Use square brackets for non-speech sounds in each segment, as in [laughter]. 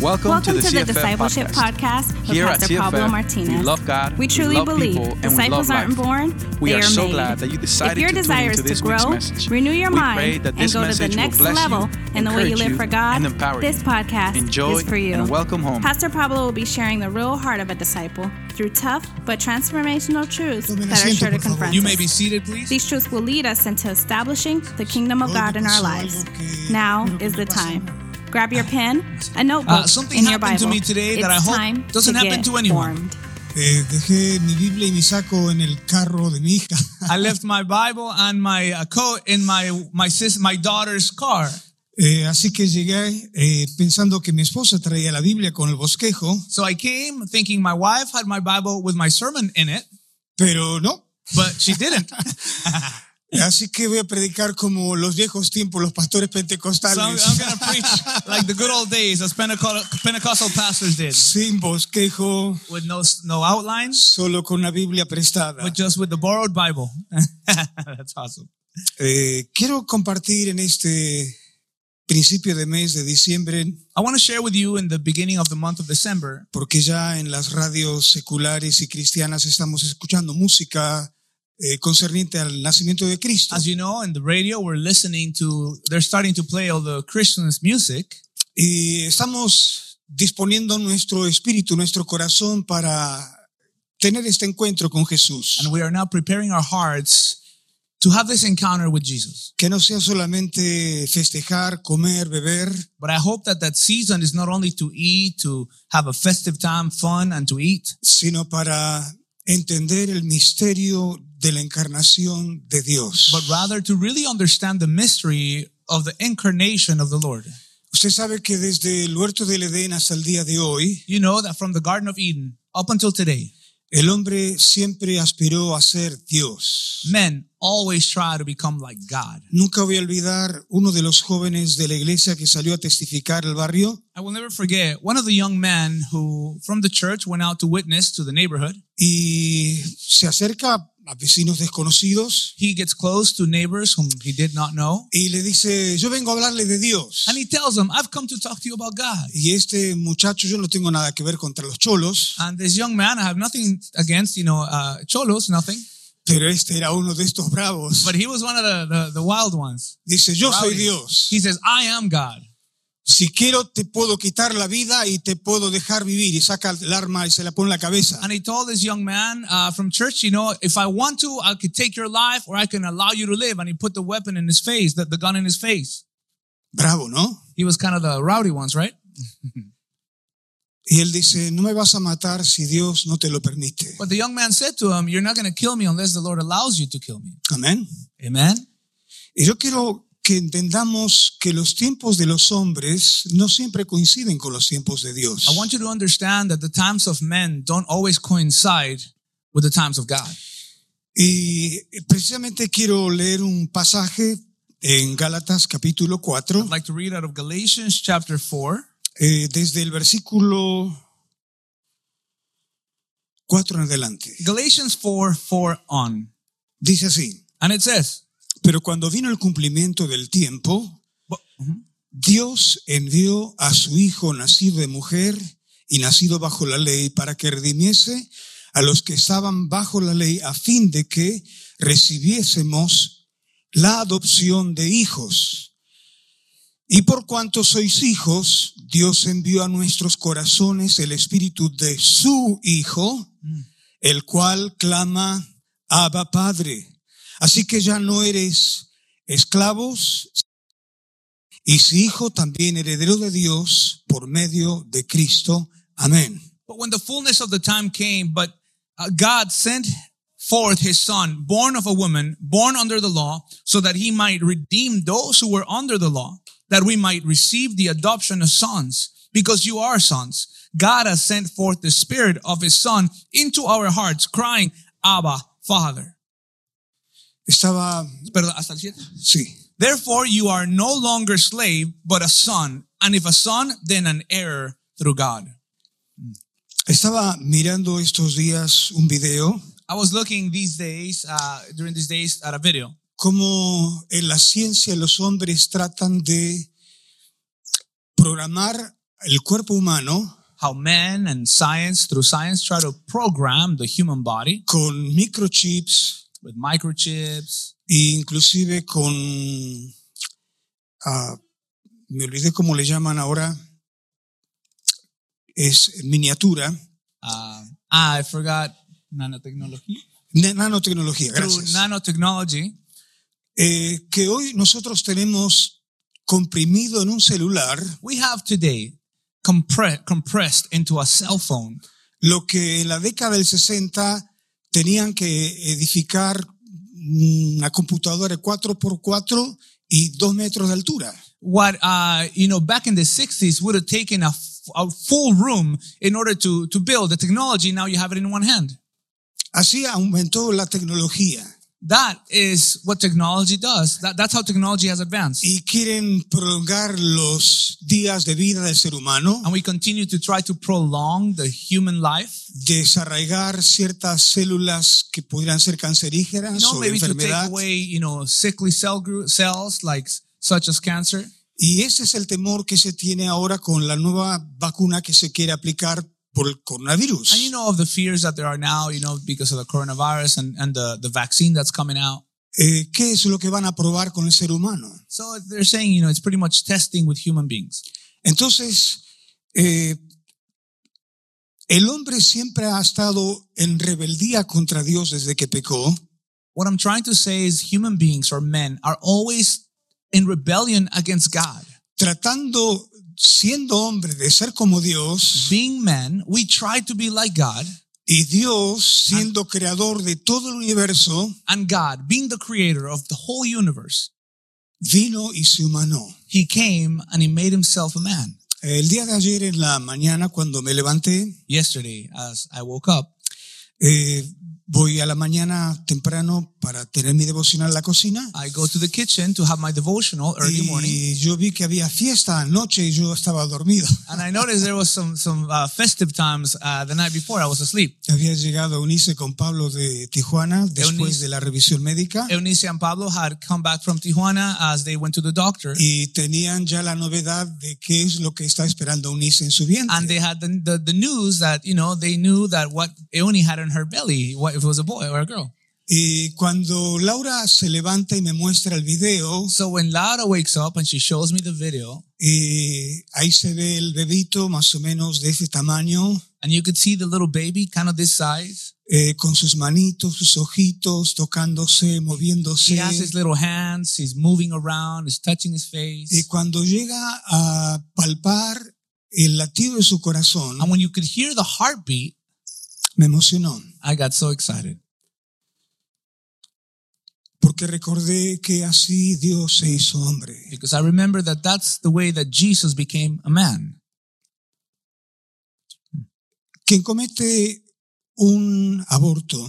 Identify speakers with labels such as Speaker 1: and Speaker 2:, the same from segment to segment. Speaker 1: Welcome,
Speaker 2: Welcome
Speaker 1: to the, CFF
Speaker 2: Discipleship Podcast, with
Speaker 1: Here at
Speaker 2: Pastor
Speaker 1: CFF,
Speaker 2: Pablo Martinez.
Speaker 1: we love God,
Speaker 2: We
Speaker 1: we
Speaker 2: truly
Speaker 1: love
Speaker 2: believe
Speaker 1: people, and we
Speaker 2: disciples
Speaker 1: love life.
Speaker 2: aren't born,
Speaker 1: We
Speaker 2: they
Speaker 1: are
Speaker 2: are
Speaker 1: so
Speaker 2: made.
Speaker 1: glad that you decided
Speaker 2: if your
Speaker 1: to tune
Speaker 2: desire
Speaker 1: into
Speaker 2: is
Speaker 1: this
Speaker 2: to grow,
Speaker 1: week's message.
Speaker 2: renew your
Speaker 1: We
Speaker 2: mind,
Speaker 1: pray that
Speaker 2: and
Speaker 1: this
Speaker 2: go to the
Speaker 1: message will
Speaker 2: next
Speaker 1: bless you,
Speaker 2: level in the way you
Speaker 1: encourage
Speaker 2: live
Speaker 1: you,
Speaker 2: for God,
Speaker 1: and empower
Speaker 2: this
Speaker 1: you.
Speaker 2: podcast
Speaker 1: Enjoy
Speaker 2: is for you.
Speaker 1: and welcome home.
Speaker 2: Pastor Pablo will be sharing the real heart of a disciple through tough but transformational truths
Speaker 3: Tomen
Speaker 2: that are
Speaker 3: asiento,
Speaker 2: sure to
Speaker 3: por favor.
Speaker 2: confront
Speaker 4: You may be
Speaker 2: us.
Speaker 4: seated, please.
Speaker 2: These truths will lead us into establishing the kingdom of
Speaker 3: Hoy
Speaker 2: God in
Speaker 3: me
Speaker 2: our
Speaker 3: pasó
Speaker 2: lives.
Speaker 3: algo que
Speaker 2: Now
Speaker 3: creo que
Speaker 2: is
Speaker 3: me
Speaker 2: the
Speaker 3: pasó.
Speaker 2: time. Grab your pen, a notebook,
Speaker 4: Uh, something
Speaker 2: and your
Speaker 4: happened
Speaker 2: Bible.
Speaker 4: to me today
Speaker 2: it's
Speaker 4: that I hope
Speaker 2: time
Speaker 4: doesn't
Speaker 2: to
Speaker 4: happen
Speaker 2: get
Speaker 4: to anyone.
Speaker 2: formed.
Speaker 3: Eh, dejé mi Biblia y mi saco en el carro de mi hija.
Speaker 4: I left my Bible and my uh, coat in my my sis my daughter's car.
Speaker 3: Eh, así que llegué eh, pensando que mi esposa traía la Biblia con el bosquejo,
Speaker 4: So I came thinking my wife had my Bible with my sermon in it,
Speaker 3: pero no.
Speaker 4: but she
Speaker 3: [laughs]
Speaker 4: didn't.
Speaker 3: Así que voy a predicar como los viejos tiempos, los pastores
Speaker 4: so I'm,
Speaker 3: pentecostales,
Speaker 4: going to
Speaker 3: [laughs]
Speaker 4: preach like the good old days as Pentecostal, Pentecostal pastors did,
Speaker 3: sin bosquejo,
Speaker 4: with no s- no outlines,
Speaker 3: solo con una Biblia prestada.
Speaker 4: but just with the borrowed Bible. [laughs] That's awesome.
Speaker 3: Eh, quiero compartir en este principio de mes de diciembre,
Speaker 4: I want to share with you in the beginning of the month of December
Speaker 3: porque ya en las radios seculares y cristianas estamos escuchando música eh, concerniente al nacimiento de Cristo.
Speaker 4: As you know, in the radio, we're listening to, they're starting to play all the Christmas music.
Speaker 3: Y estamos disponiendo nuestro espíritu, nuestro corazón para tener este encuentro con Jesús.
Speaker 4: And we are now preparing our hearts to have this encounter with Jesus.
Speaker 3: Que no sea solamente festejar, comer, beber,
Speaker 4: But I hope that that season is not only to eat, to have a festive time, fun, and to eat,
Speaker 3: sino para entender el misterio de la encarnación de Dios.
Speaker 4: but rather to really understand the mystery of the incarnation of the Lord.
Speaker 3: Usted sabe que desde el huerto del Edén hasta el día de hoy,
Speaker 4: You know that from the Garden of Eden up until today,
Speaker 3: el hombre siempre aspiró a ser Dios.
Speaker 4: men always try to become like God.
Speaker 3: Nunca voy a olvidar uno de los jóvenes de la iglesia que salió a testificar al barrio
Speaker 4: I will never forget one of the young men who from the church went out to witness to the neighborhood.
Speaker 3: y se acerca a vecinos desconocidos
Speaker 4: He gets close to neighbors whom he did not know.
Speaker 3: y le dice, yo vengo a hablarle de Dios.
Speaker 4: And he tells them, I've come to talk to you about God.
Speaker 3: Y este muchacho, yo no tengo nada que ver contra los cholos,
Speaker 4: And this young man, I have nothing against, you know, uh, Cholos, nothing.
Speaker 3: pero este era uno de estos bravos.
Speaker 4: But he was one of the, the, the wild ones.
Speaker 3: Dice, yo soy
Speaker 4: Rowdy.
Speaker 3: Dios.
Speaker 4: He says, I am God.
Speaker 3: Si quiero, te puedo quitar la vida y te puedo dejar vivir. Y saca el arma y se la pone en la cabeza.
Speaker 4: And he told this young man uh, from church, you know, if I want to, I could take your life or I can allow you to live. And he put the weapon in his face, the, the gun in his face.
Speaker 3: Bravo, ¿no?
Speaker 4: He was kind of the rowdy ones, right?
Speaker 3: Y él dice, no me vas a matar si Dios no te lo permite.
Speaker 4: But the young man said to him, You're not going to kill me unless the Lord allows you to kill me.
Speaker 3: Amén.
Speaker 4: Amen.
Speaker 3: Y yo quiero que entendamos que los tiempos de los hombres no siempre coinciden con los tiempos de Dios.
Speaker 4: I want you to understand that the times of men don't always coincide with the times of God.
Speaker 3: Y precisamente quiero leer un pasaje en Gálatas capítulo 4,
Speaker 4: I'd like to read out of Galatians chapter 4.
Speaker 3: eh, desde el versículo 4 en adelante.
Speaker 4: Galatians 4 4 on.
Speaker 3: Dice así,
Speaker 4: And it says,
Speaker 3: pero cuando vino el cumplimiento del tiempo,
Speaker 4: Bu- mhm.
Speaker 3: Dios envió a su Hijo nacido de mujer y nacido bajo la ley para que redimiese a los que estaban bajo la ley a fin de que recibiésemos la adopción de hijos. Y por cuanto sois hijos, Dios envió a nuestros corazones el espíritu de su Hijo, el cual clama, Abba Padre. Así que ya no eres esclavos, y si hijo también heredero de Dios por medio de Cristo. Amén.
Speaker 4: But when the fullness of the time came, but uh, God sent forth his son, born of a woman, born under the law, so that he might redeem those who were under the law, that we might receive the adoption of sons, because you are sons. God has sent forth the spirit of his son into our hearts, crying, Abba, Father.
Speaker 3: Estaba,
Speaker 4: Perdón, hasta el siete.
Speaker 3: sí,
Speaker 4: Therefore, you are no longer slave, but a son. And if a son, then an heir through God.
Speaker 3: estaba mirando estos días un video,
Speaker 4: I was looking these days, uh, during these days, at a video
Speaker 3: cómo en la ciencia los hombres tratan de programar el cuerpo humano
Speaker 4: how man and science, through science, try to program the human body
Speaker 3: con microchips
Speaker 4: with microchips.
Speaker 3: e inclusive con, ah, me olvidé cómo le llaman ahora, es miniatura,
Speaker 4: Uh, I forgot nanotechnology.
Speaker 3: na- nanotecnología,
Speaker 4: Through
Speaker 3: gracias.
Speaker 4: nanotechnology,
Speaker 3: Eh, que hoy nosotros tenemos comprimido en un celular
Speaker 4: we have today compre- compressed into a cell phone
Speaker 3: lo que en la década del 60 tenían que edificar una computadora 4x4 y 2 metros de altura.
Speaker 4: what uh, you know back in the 60s would have taken a, f- a full room in order to to build the technology now you have it in one hand
Speaker 3: Así aumentó la tecnología
Speaker 4: that is what technology does that, that's how technology has advanced
Speaker 3: y quieren prolongar los días de vida del ser humano,
Speaker 4: and we continue to try to prolong the human life
Speaker 3: desarraigar ciertas células que pudieran ser
Speaker 4: you
Speaker 3: cancerígenas
Speaker 4: know
Speaker 3: o
Speaker 4: maybe to
Speaker 3: enfermedad.
Speaker 4: take away you know sickly cell group cells like s- such as cancer
Speaker 3: Y ese es el temor que se tiene ahora con la nueva vacuna que se quiere aplicar por el coronavirus.
Speaker 4: and you know of the fears that there are now you know because of the coronavirus and and the the vaccine that's coming out
Speaker 3: Eh, ¿Qué es lo que van a probar con el ser humano?
Speaker 4: so they're saying you know it's pretty much testing with human beings
Speaker 3: Entonces, eh, el hombre siempre ha estado en rebeldía contra Dios desde que pecó
Speaker 4: what I'm trying to say is human beings or men are always in rebellion against God.
Speaker 3: tratando, siendo hombre, de ser como Dios,
Speaker 4: Being men, we try to be like God,
Speaker 3: y Dios, siendo creador de todo el universo,
Speaker 4: and God, being the creator of the whole universe,
Speaker 3: vino y se humanó.
Speaker 4: he came and he made himself a man.
Speaker 3: El día de ayer en la mañana, cuando me levanté,
Speaker 4: Yesterday, as I woke up,
Speaker 3: eh, voy a la mañana temprano para tener mi devocional en la cocina.
Speaker 4: I go to the kitchen to have my devotional early morning,
Speaker 3: Y yo vi que había fiesta anoche y yo estaba dormido.
Speaker 4: and I noticed there was some some uh, festive times uh, the night before. I was asleep.
Speaker 3: Había llegado Unice con Pablo de Tijuana después
Speaker 4: Eunice.
Speaker 3: de la revisión médica
Speaker 4: Eunice and Pablo had come back from Tijuana as they went to the doctor,
Speaker 3: y tenían ya la novedad de qué es lo que está esperando Unice en su
Speaker 4: and they
Speaker 3: vientre.
Speaker 4: had the, the, the news that you know they knew that what Eoni had in her belly, what if it was a boy or a girl.
Speaker 3: Y cuando Laura se levanta y me muestra el video,
Speaker 4: So when Laura wakes up and she shows me the video,
Speaker 3: eh, ahí se ve el bebito más o menos de ese tamaño,
Speaker 4: and you could see the little baby, kind of this size.
Speaker 3: eh, con sus manitos, sus ojitos, tocándose,
Speaker 4: He
Speaker 3: moviéndose.
Speaker 4: has his little hands. He's moving around. He's touching his
Speaker 3: Y
Speaker 4: face.
Speaker 3: cuando llega a palpar el latido de su corazón,
Speaker 4: And when you could hear the heartbeat,
Speaker 3: me emocionó.
Speaker 4: I got so excited
Speaker 3: Porque recordé que así Dios se hizo hombre.
Speaker 4: because I remember that that's the way that Jesus became a man.
Speaker 3: Quien comete un aborto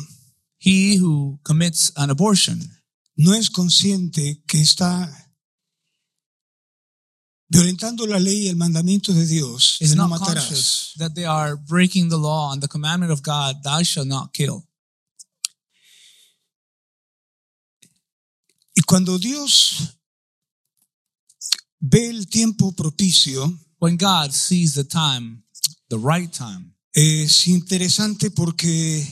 Speaker 4: He who commits an abortion
Speaker 3: no es consciente que está violentando la ley y el mandamiento de Dios.
Speaker 4: is
Speaker 3: de no
Speaker 4: not
Speaker 3: matarás.
Speaker 4: conscious that they are breaking the law and the commandment of God, thou shalt not kill.
Speaker 3: Y cuando Dios ve el tiempo propicio,
Speaker 4: When God sees the time, the right time,
Speaker 3: es interesante porque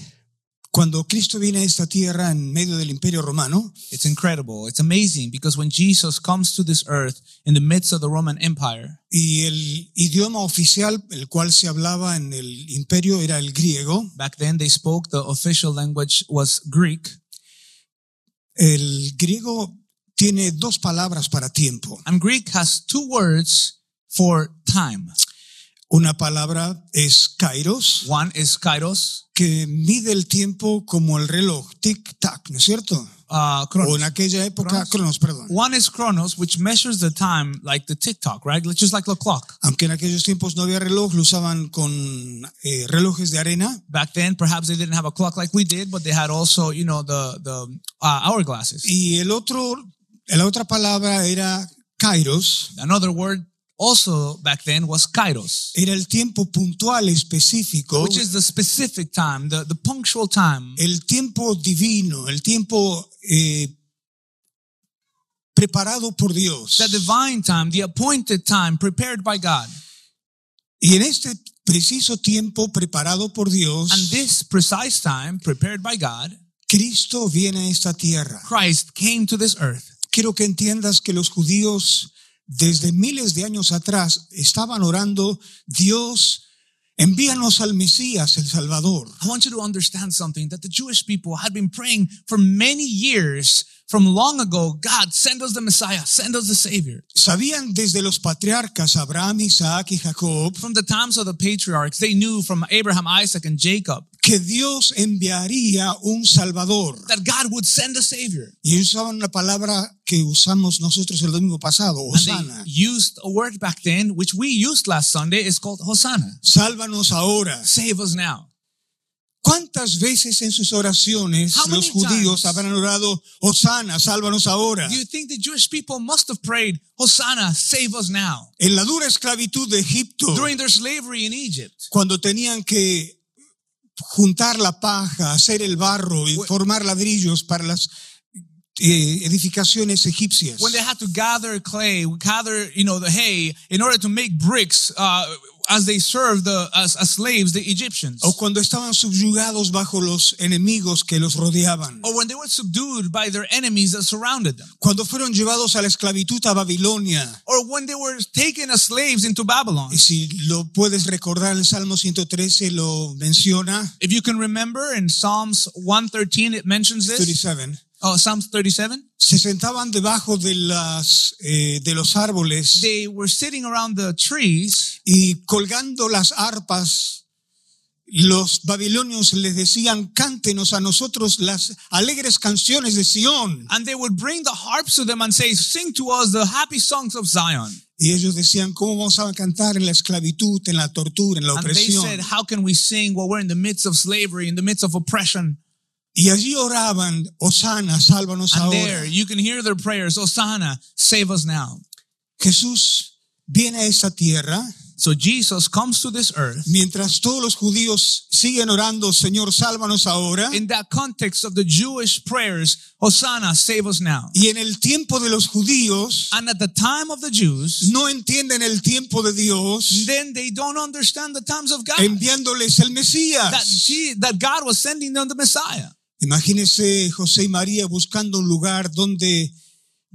Speaker 3: cuando Cristo viene a esta tierra en medio del imperio romano,
Speaker 4: it's incredible. It's amazing because when Jesus comes to this earth in the midst of the Roman Empire,
Speaker 3: y el idioma oficial, el cual se hablaba en el imperio, era el griego,
Speaker 4: back then they spoke the official language was Greek.
Speaker 3: El griego tiene dos palabras para tiempo.
Speaker 4: And Greek has two words for time.
Speaker 3: Una palabra es kairos,
Speaker 4: One is kairos,
Speaker 3: que mide el tiempo como el reloj, tic-tac, ¿no es cierto?
Speaker 4: uh,
Speaker 3: O
Speaker 4: chronos.
Speaker 3: en aquella época,
Speaker 4: Cronos.
Speaker 3: cronos, perdón.
Speaker 4: One is chronos, which measures the time like the tick-tock, right? Just like the clock.
Speaker 3: Aunque en aquellos tiempos no había reloj, lo usaban con eh, relojes de arena
Speaker 4: back then perhaps they didn't have a clock like we did but they had also you know the the uh, hourglasses
Speaker 3: y el otro, la otra palabra era kairos,
Speaker 4: another word also back then was kairos
Speaker 3: era el tiempo puntual específico,
Speaker 4: which is the specific time the, the punctual time
Speaker 3: el tiempo divino, el tiempo eh, preparado por Dios.
Speaker 4: the divine time the appointed time prepared by god
Speaker 3: Y en este preciso tiempo preparado por Dios,
Speaker 4: And this precise time, prepared by God,
Speaker 3: Cristo viene a esta tierra.
Speaker 4: Christ came to this earth.
Speaker 3: Quiero que entiendas que los judíos desde miles de años atrás estaban orando, Dios, envíanos al Mesías, el Salvador.
Speaker 4: I want you to understand something that the Jewish people had been praying for many years from long ago. God, send us the Messiah, send us the Savior.
Speaker 3: Sabían desde los patriarcas Abraham, Isaac y Jacob
Speaker 4: From the times of the patriarchs, they knew from Abraham, Isaac, and Jacob
Speaker 3: que Dios enviaría un Salvador.
Speaker 4: that God would send a Savior.
Speaker 3: Y usaban una palabra que usamos nosotros el domingo pasado,
Speaker 4: And they
Speaker 3: Osana.
Speaker 4: used a word back then, which we used last Sunday, is called Hosanna.
Speaker 3: Sálvanos ahora.
Speaker 4: Save us now.
Speaker 3: ¿Cuántas veces en sus oraciones
Speaker 4: How many
Speaker 3: los judíos
Speaker 4: times?
Speaker 3: habrán orado, Osana, sálvanos ahora?
Speaker 4: Do you think the Jewish people must have prayed, Hosanna, save us now?
Speaker 3: En la dura esclavitud de Egipto,
Speaker 4: During their slavery in Egypt,
Speaker 3: cuando tenían que juntar la paja, hacer el barro y formar ladrillos para las eh, edificaciones egipcias.
Speaker 4: when they had to gather clay, gather, you know, the hay in order to make bricks uh, as they served the, as, as slaves, the Egyptians.
Speaker 3: O cuando estaban subyugados bajo los enemigos que los rodeaban.
Speaker 4: Or when they were subdued by their enemies that surrounded them.
Speaker 3: Cuando fueron llevados a la esclavitud a Babilonia.
Speaker 4: Or when they were taken as slaves into Babylon.
Speaker 3: Y si lo puedes recordar, el Salmo 113 lo menciona,
Speaker 4: If you can remember in Psalms 113, it mentions this.
Speaker 3: 37.
Speaker 4: Oh, Psalms 37.
Speaker 3: Se sentaban debajo de, las, eh, de los árboles
Speaker 4: They were sitting around the trees
Speaker 3: y colgando las arpas, los babilonios les decían, cántenos a nosotros las alegres canciones de Sión.
Speaker 4: and they would bring the harps to them and say, Sing to us the happy songs of Zion.
Speaker 3: Y ellos decían, ¿cómo vamos a cantar en la esclavitud, en la tortura, en la
Speaker 4: And they said,
Speaker 3: opresión?
Speaker 4: How can we sing while we're in the midst of slavery, in the midst of oppression?
Speaker 3: Y allí oraban, Osana, sálvanos
Speaker 4: And
Speaker 3: ahora.
Speaker 4: there you can hear their prayers, Hosanna, save us now.
Speaker 3: Jesús viene a esta tierra
Speaker 4: So Jesus comes to this earth
Speaker 3: mientras todos los judíos siguen orando, Señor, sálvanos ahora.
Speaker 4: in that context of the Jewish prayers, Hosanna, save us now.
Speaker 3: Y en el tiempo de los judíos,
Speaker 4: And at the time of the Jews,
Speaker 3: no entienden el tiempo de Dios
Speaker 4: then they don't understand the times of God.
Speaker 3: enviándoles el
Speaker 4: That,
Speaker 3: Mesías.
Speaker 4: she, that God was sending them the Messiah.
Speaker 3: Imagínense José y María buscando un lugar donde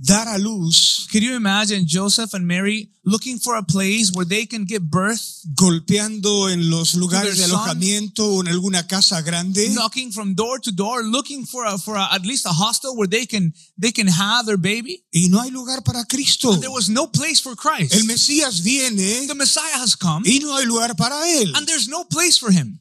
Speaker 3: dar a luz,
Speaker 4: Could you imagine Joseph and Mary looking for a place where they can give birth,
Speaker 3: golpeando en los lugares de
Speaker 4: son.
Speaker 3: alojamiento o en alguna casa grande.
Speaker 4: knocking from door to door, looking for a, for a, at least a hostel where they can they can have their baby?
Speaker 3: Y no hay lugar para Cristo.
Speaker 4: There was no place for Christ.
Speaker 3: El Mesías viene
Speaker 4: the Messiah has come,
Speaker 3: y no hay lugar para Él.
Speaker 4: and there's no place for him.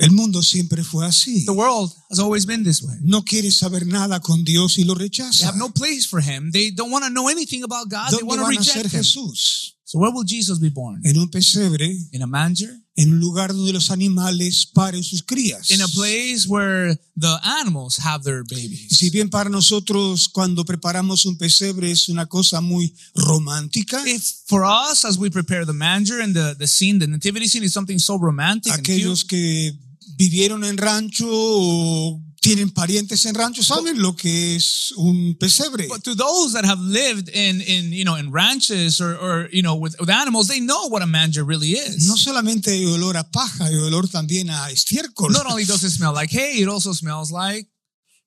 Speaker 3: El mundo siempre fue así.
Speaker 4: The world has always been this way.
Speaker 3: No quiere saber nada con Dios y lo
Speaker 4: They
Speaker 3: rechaza.
Speaker 4: have no place for him. They don't want to know anything about God. They
Speaker 3: ¿Dónde
Speaker 4: want to
Speaker 3: van a ser
Speaker 4: reject him.
Speaker 3: Jesús?
Speaker 4: So where will Jesus be born?
Speaker 3: En un pesebre,
Speaker 4: In a manger?
Speaker 3: en un lugar donde los animales paren sus crías.
Speaker 4: in a place where the animals have their babies.
Speaker 3: Si bien para nosotros cuando preparamos un pesebre es una cosa muy romántica,
Speaker 4: If for us, as we prepare the manger and the, the scene, the nativity scene is something so romantic and cute.
Speaker 3: aquellos que vivieron en rancho o tienen parientes en rancho saben lo que es un pesebre.
Speaker 4: But to those that have lived in, in you know, in ranches or, or you know, with, with animals, they know what a manger really is.
Speaker 3: No solamente hay olor a paja, hay olor también a estiércol.
Speaker 4: Not only does it smell like hay, it also smells like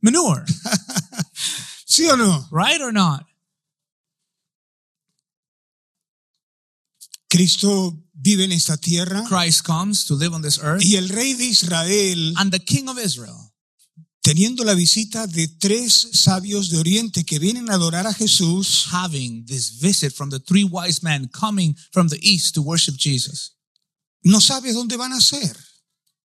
Speaker 4: manure, [laughs]
Speaker 3: ¿Sí o no?
Speaker 4: right or not?
Speaker 3: Cristo vive en esta tierra
Speaker 4: Christ comes to live on this earth.
Speaker 3: y el rey de Israel,
Speaker 4: And the king of Israel,
Speaker 3: teniendo la visita de tres sabios de Oriente que vienen a adorar a Jesús,
Speaker 4: having this visit from the three wise men coming from the east to worship Jesus.
Speaker 3: no sabe dónde van a ser.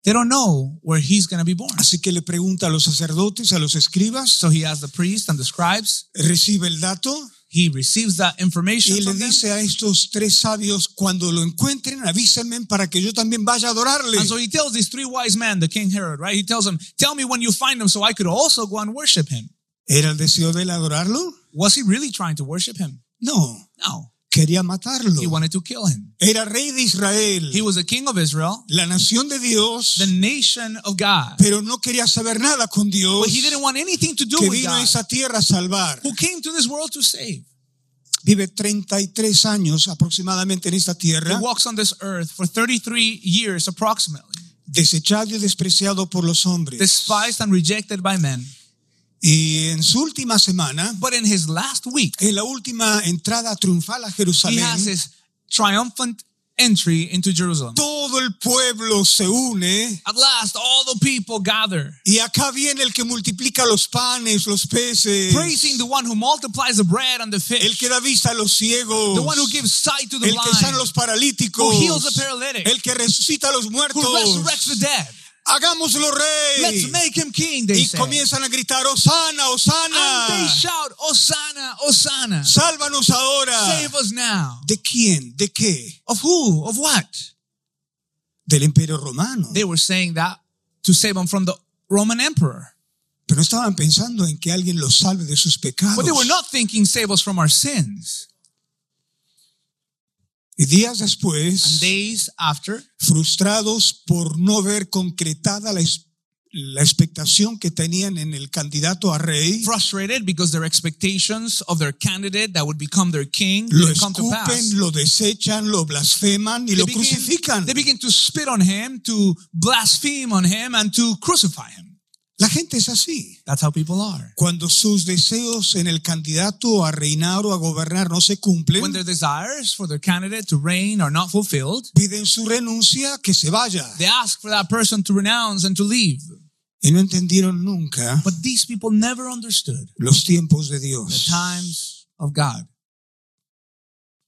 Speaker 4: They don't know where he's going to be born.
Speaker 3: Así que le pregunta a los sacerdotes, a los escribas,
Speaker 4: So he has the priest and the scribes.
Speaker 3: recibe el dato
Speaker 4: He receives that information
Speaker 3: y le
Speaker 4: from them.
Speaker 3: dice a estos tres sabios, cuando lo encuentren, avísenme para que yo también vaya a adorarle.
Speaker 4: And so he tells these three wise men, the King Herod, right? He tells them, Tell me when you find him so I could also go and worship him.
Speaker 3: ¿Era el deseo de él adorarlo?
Speaker 4: Was he really trying to worship him?
Speaker 3: No,
Speaker 4: No.
Speaker 3: quería
Speaker 4: He
Speaker 3: matarlo.
Speaker 4: wanted to kill him.
Speaker 3: Era rey de Israel,
Speaker 4: He was a king of Israel,
Speaker 3: la nación de Dios,
Speaker 4: the nation of God.
Speaker 3: pero no quería saber nada con Dios
Speaker 4: But he didn't want anything to do
Speaker 3: que
Speaker 4: with
Speaker 3: vino a
Speaker 4: God,
Speaker 3: esa tierra a salvar.
Speaker 4: who came to this world to save.
Speaker 3: vive 33 años aproximadamente en esta
Speaker 4: He
Speaker 3: tierra,
Speaker 4: walks on this earth for 33 years approximately,
Speaker 3: desechado y despreciado por los hombres.
Speaker 4: despised and rejected by men.
Speaker 3: Y en su última semana,
Speaker 4: But in his last week,
Speaker 3: en la última entrada triunfal
Speaker 4: he
Speaker 3: a
Speaker 4: has
Speaker 3: Jerusalén,
Speaker 4: his triumphant entry into Jerusalem.
Speaker 3: todo el pueblo se une
Speaker 4: At last, all the people gather,
Speaker 3: y acá viene el que multiplica los panes, los peces,
Speaker 4: praising the one who multiplies the bread and the
Speaker 3: el
Speaker 4: fish,
Speaker 3: que da vista a los ciegos,
Speaker 4: the one who gives sight to the
Speaker 3: el que sana a
Speaker 4: blind,
Speaker 3: los paralíticos,
Speaker 4: who heals the paralytic,
Speaker 3: el que resucita a los muertos.
Speaker 4: who resurrects the dead.
Speaker 3: Hagámoslo
Speaker 4: Let's
Speaker 3: rey.
Speaker 4: make him king, they
Speaker 3: Y
Speaker 4: say.
Speaker 3: comienzan a gritar, Osana,
Speaker 4: And they
Speaker 3: Osana,
Speaker 4: shout, Hosanna, Hosanna,
Speaker 3: sálvanos ahora.
Speaker 4: save us now.
Speaker 3: ¿De quién? ¿De qué?
Speaker 4: Of who? Of what?
Speaker 3: Del imperio romano.
Speaker 4: They were saying that to save them from the Roman emperor.
Speaker 3: Pero no estaban pensando en que alguien los salve de sus pecados.
Speaker 4: But they were not thinking, save us from our sins.
Speaker 3: Y días
Speaker 4: And
Speaker 3: después,
Speaker 4: days after,
Speaker 3: frustrados por no ver concretada la, es- la expectación que tenían en el candidato a rey,
Speaker 4: frustrated because their expectations of their candidate that would become their king
Speaker 3: lo
Speaker 4: didn't come to pass.
Speaker 3: escupen, lo desechan, lo blasfeman y
Speaker 4: They
Speaker 3: lo
Speaker 4: begin,
Speaker 3: crucifican.
Speaker 4: they begin to spit on him, to blaspheme on him, and to crucify him.
Speaker 3: La gente es así.
Speaker 4: That's how people are.
Speaker 3: Cuando sus deseos en el candidato a reinar o a gobernar no se
Speaker 4: When
Speaker 3: cumplen,
Speaker 4: their desires for their candidate to reign are not fulfilled,
Speaker 3: piden su renuncia, que se vaya.
Speaker 4: they ask for that person to renounce and to leave.
Speaker 3: Y no entendieron nunca
Speaker 4: But these people never understood
Speaker 3: los tiempos de
Speaker 4: the
Speaker 3: Dios.
Speaker 4: times of God.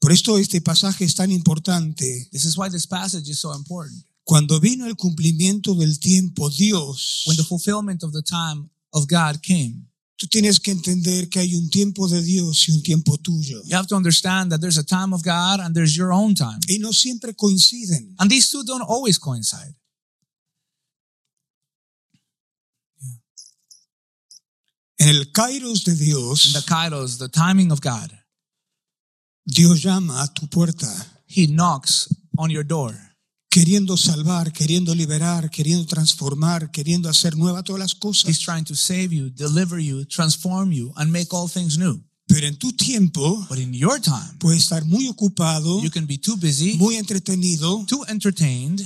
Speaker 3: Por esto este pasaje es tan importante.
Speaker 4: This is why this passage is so important.
Speaker 3: Cuando vino el cumplimiento del tiempo, Dios,
Speaker 4: When the fulfillment of the time of God came,
Speaker 3: tú tienes que entender que hay un tiempo de Dios y un tiempo tuyo.
Speaker 4: you have to understand that there's a time of God and there's your own time.
Speaker 3: Y no siempre coinciden.
Speaker 4: And these two don't always coincide.
Speaker 3: En el kairos de
Speaker 4: In the
Speaker 3: Dios,
Speaker 4: kairos, the timing of God,
Speaker 3: Dios llama a tu puerta,
Speaker 4: He knocks on your door,
Speaker 3: queriendo salvar, queriendo liberar, queriendo transformar, queriendo hacer nueva todas las
Speaker 4: He's
Speaker 3: cosas.
Speaker 4: trying to save you, deliver you, transform you, and make all things new.
Speaker 3: Pero en tu tiempo,
Speaker 4: But in your time,
Speaker 3: puedes estar muy ocupado,
Speaker 4: you can be too busy,
Speaker 3: muy entretenido,
Speaker 4: too entertained,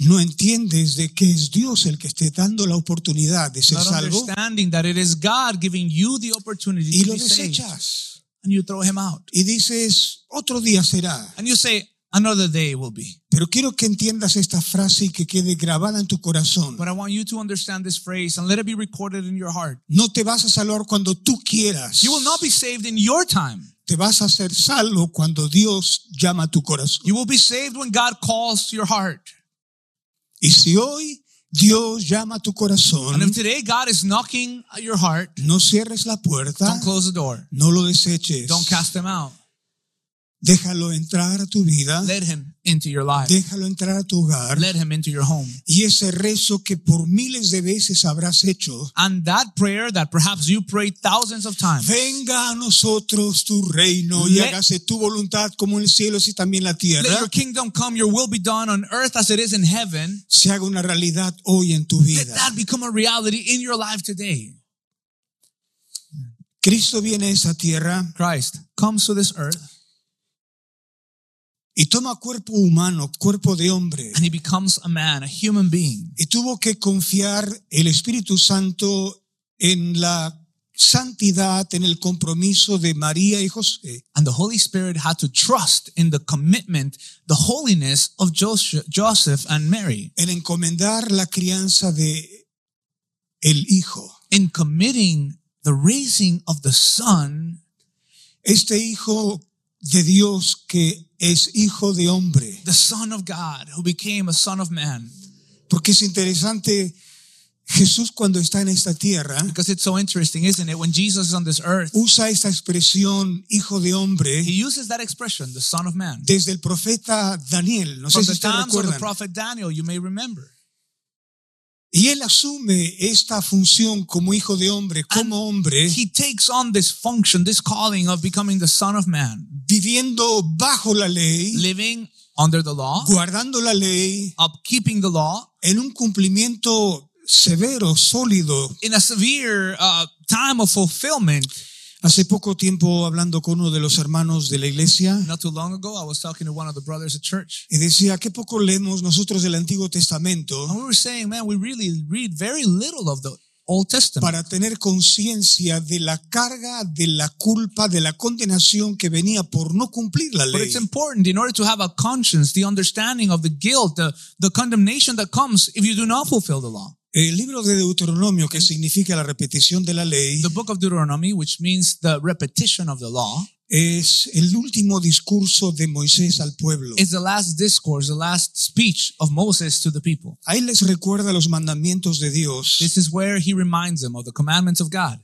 Speaker 3: no entiendes de que es Dios el que esté dando la oportunidad de ser
Speaker 4: not
Speaker 3: salvo
Speaker 4: understanding that it is God giving you the opportunity
Speaker 3: y
Speaker 4: to
Speaker 3: lo
Speaker 4: be saved.
Speaker 3: desechas
Speaker 4: And you throw Him out.
Speaker 3: y dices otro día será.
Speaker 4: And you say, another day will be.
Speaker 3: Pero quiero que entiendas esta frase y que quede grabada en tu corazón.
Speaker 4: But I want you to understand this phrase and let it be recorded in your heart.
Speaker 3: No te vas a salvar cuando tú quieras.
Speaker 4: You will not be saved in your time.
Speaker 3: Te vas a ser salvo cuando Dios llama a tu corazón.
Speaker 4: You will be saved when God calls to your heart.
Speaker 3: Y si hoy Dios llama a tu
Speaker 4: And
Speaker 3: corazón,
Speaker 4: if today God is knocking at your heart,
Speaker 3: no cierres la puerta,
Speaker 4: don't close the door.
Speaker 3: no lo deseches.
Speaker 4: Don't cast him out.
Speaker 3: Déjalo entrar a tu vida,
Speaker 4: Let him into your life.
Speaker 3: déjalo entrar a tu hogar.
Speaker 4: Let him into your home.
Speaker 3: Y ese rezo que por miles de veces habrás hecho,
Speaker 4: And that prayer that perhaps you prayed thousands of times.
Speaker 3: venga a nosotros tu reino y
Speaker 4: Le-
Speaker 3: hágase tu voluntad como en el cielo, así también la
Speaker 4: Let your
Speaker 3: tierra,
Speaker 4: kingdom come, your will be done on earth as it is in heaven.
Speaker 3: se haga una realidad hoy en tu
Speaker 4: Let
Speaker 3: vida.
Speaker 4: that become a reality in your life today.
Speaker 3: Cristo viene a esta tierra
Speaker 4: Christ comes to this earth
Speaker 3: y toma cuerpo humano, cuerpo de hombre,
Speaker 4: and he becomes a man, a human being.
Speaker 3: y tuvo que confiar el Espíritu Santo en la santidad, en el compromiso de María y José.
Speaker 4: And the Holy Spirit had to trust in the commitment, the holiness of Joseph, Joseph and Mary.
Speaker 3: en encomendar la crianza de el hijo.
Speaker 4: in committing the raising of the son,
Speaker 3: Este hijo de Dios que es hijo de hombre.
Speaker 4: the son of God, who became a son of man.
Speaker 3: Porque es interesante, Jesús cuando está en esta tierra
Speaker 4: Because it's so interesting, isn't it? When Jesus is on this earth,
Speaker 3: usa esta expresión hijo de
Speaker 4: he
Speaker 3: hombre
Speaker 4: uses that expression, the son of man.
Speaker 3: desde el profeta Daniel, no
Speaker 4: From
Speaker 3: sé si
Speaker 4: the
Speaker 3: ustedes
Speaker 4: times of the
Speaker 3: recuerdan.
Speaker 4: prophet Daniel, you may remember.
Speaker 3: Y él asume esta función como hijo de hombre, como hombre,
Speaker 4: He takes on this function, this calling of becoming the son of man,
Speaker 3: viviendo bajo la ley,
Speaker 4: living under the law,
Speaker 3: guardando la ley,
Speaker 4: upkeeping the law
Speaker 3: en un cumplimiento severo, sólido,
Speaker 4: in a severe uh, time of fulfillment.
Speaker 3: Hace poco tiempo hablando con uno de los hermanos de la iglesia
Speaker 4: Not too long ago, I was talking to one of the brothers at church.
Speaker 3: y decía, qué poco leemos nosotros del Antiguo
Speaker 4: And
Speaker 3: Testamento
Speaker 4: we were saying, man, we really read very little of the Old Testament
Speaker 3: para tener conciencia de la carga, de la culpa, de la condenación que venía por no cumplir la
Speaker 4: But
Speaker 3: ley.
Speaker 4: it's important in order to have a conscience, the understanding of the guilt, the, the condemnation that comes if you do not fulfill the law.
Speaker 3: El libro de Deuteronomio, que significa la repetición de la ley,
Speaker 4: The book of Deuteronomy, which means the repetition of the law,
Speaker 3: es el último discurso de Moisés al pueblo.
Speaker 4: is the last discourse, the last speech of Moses to the people.
Speaker 3: Ahí les recuerda los mandamientos de Dios.
Speaker 4: This is where he reminds them of the commandments of God.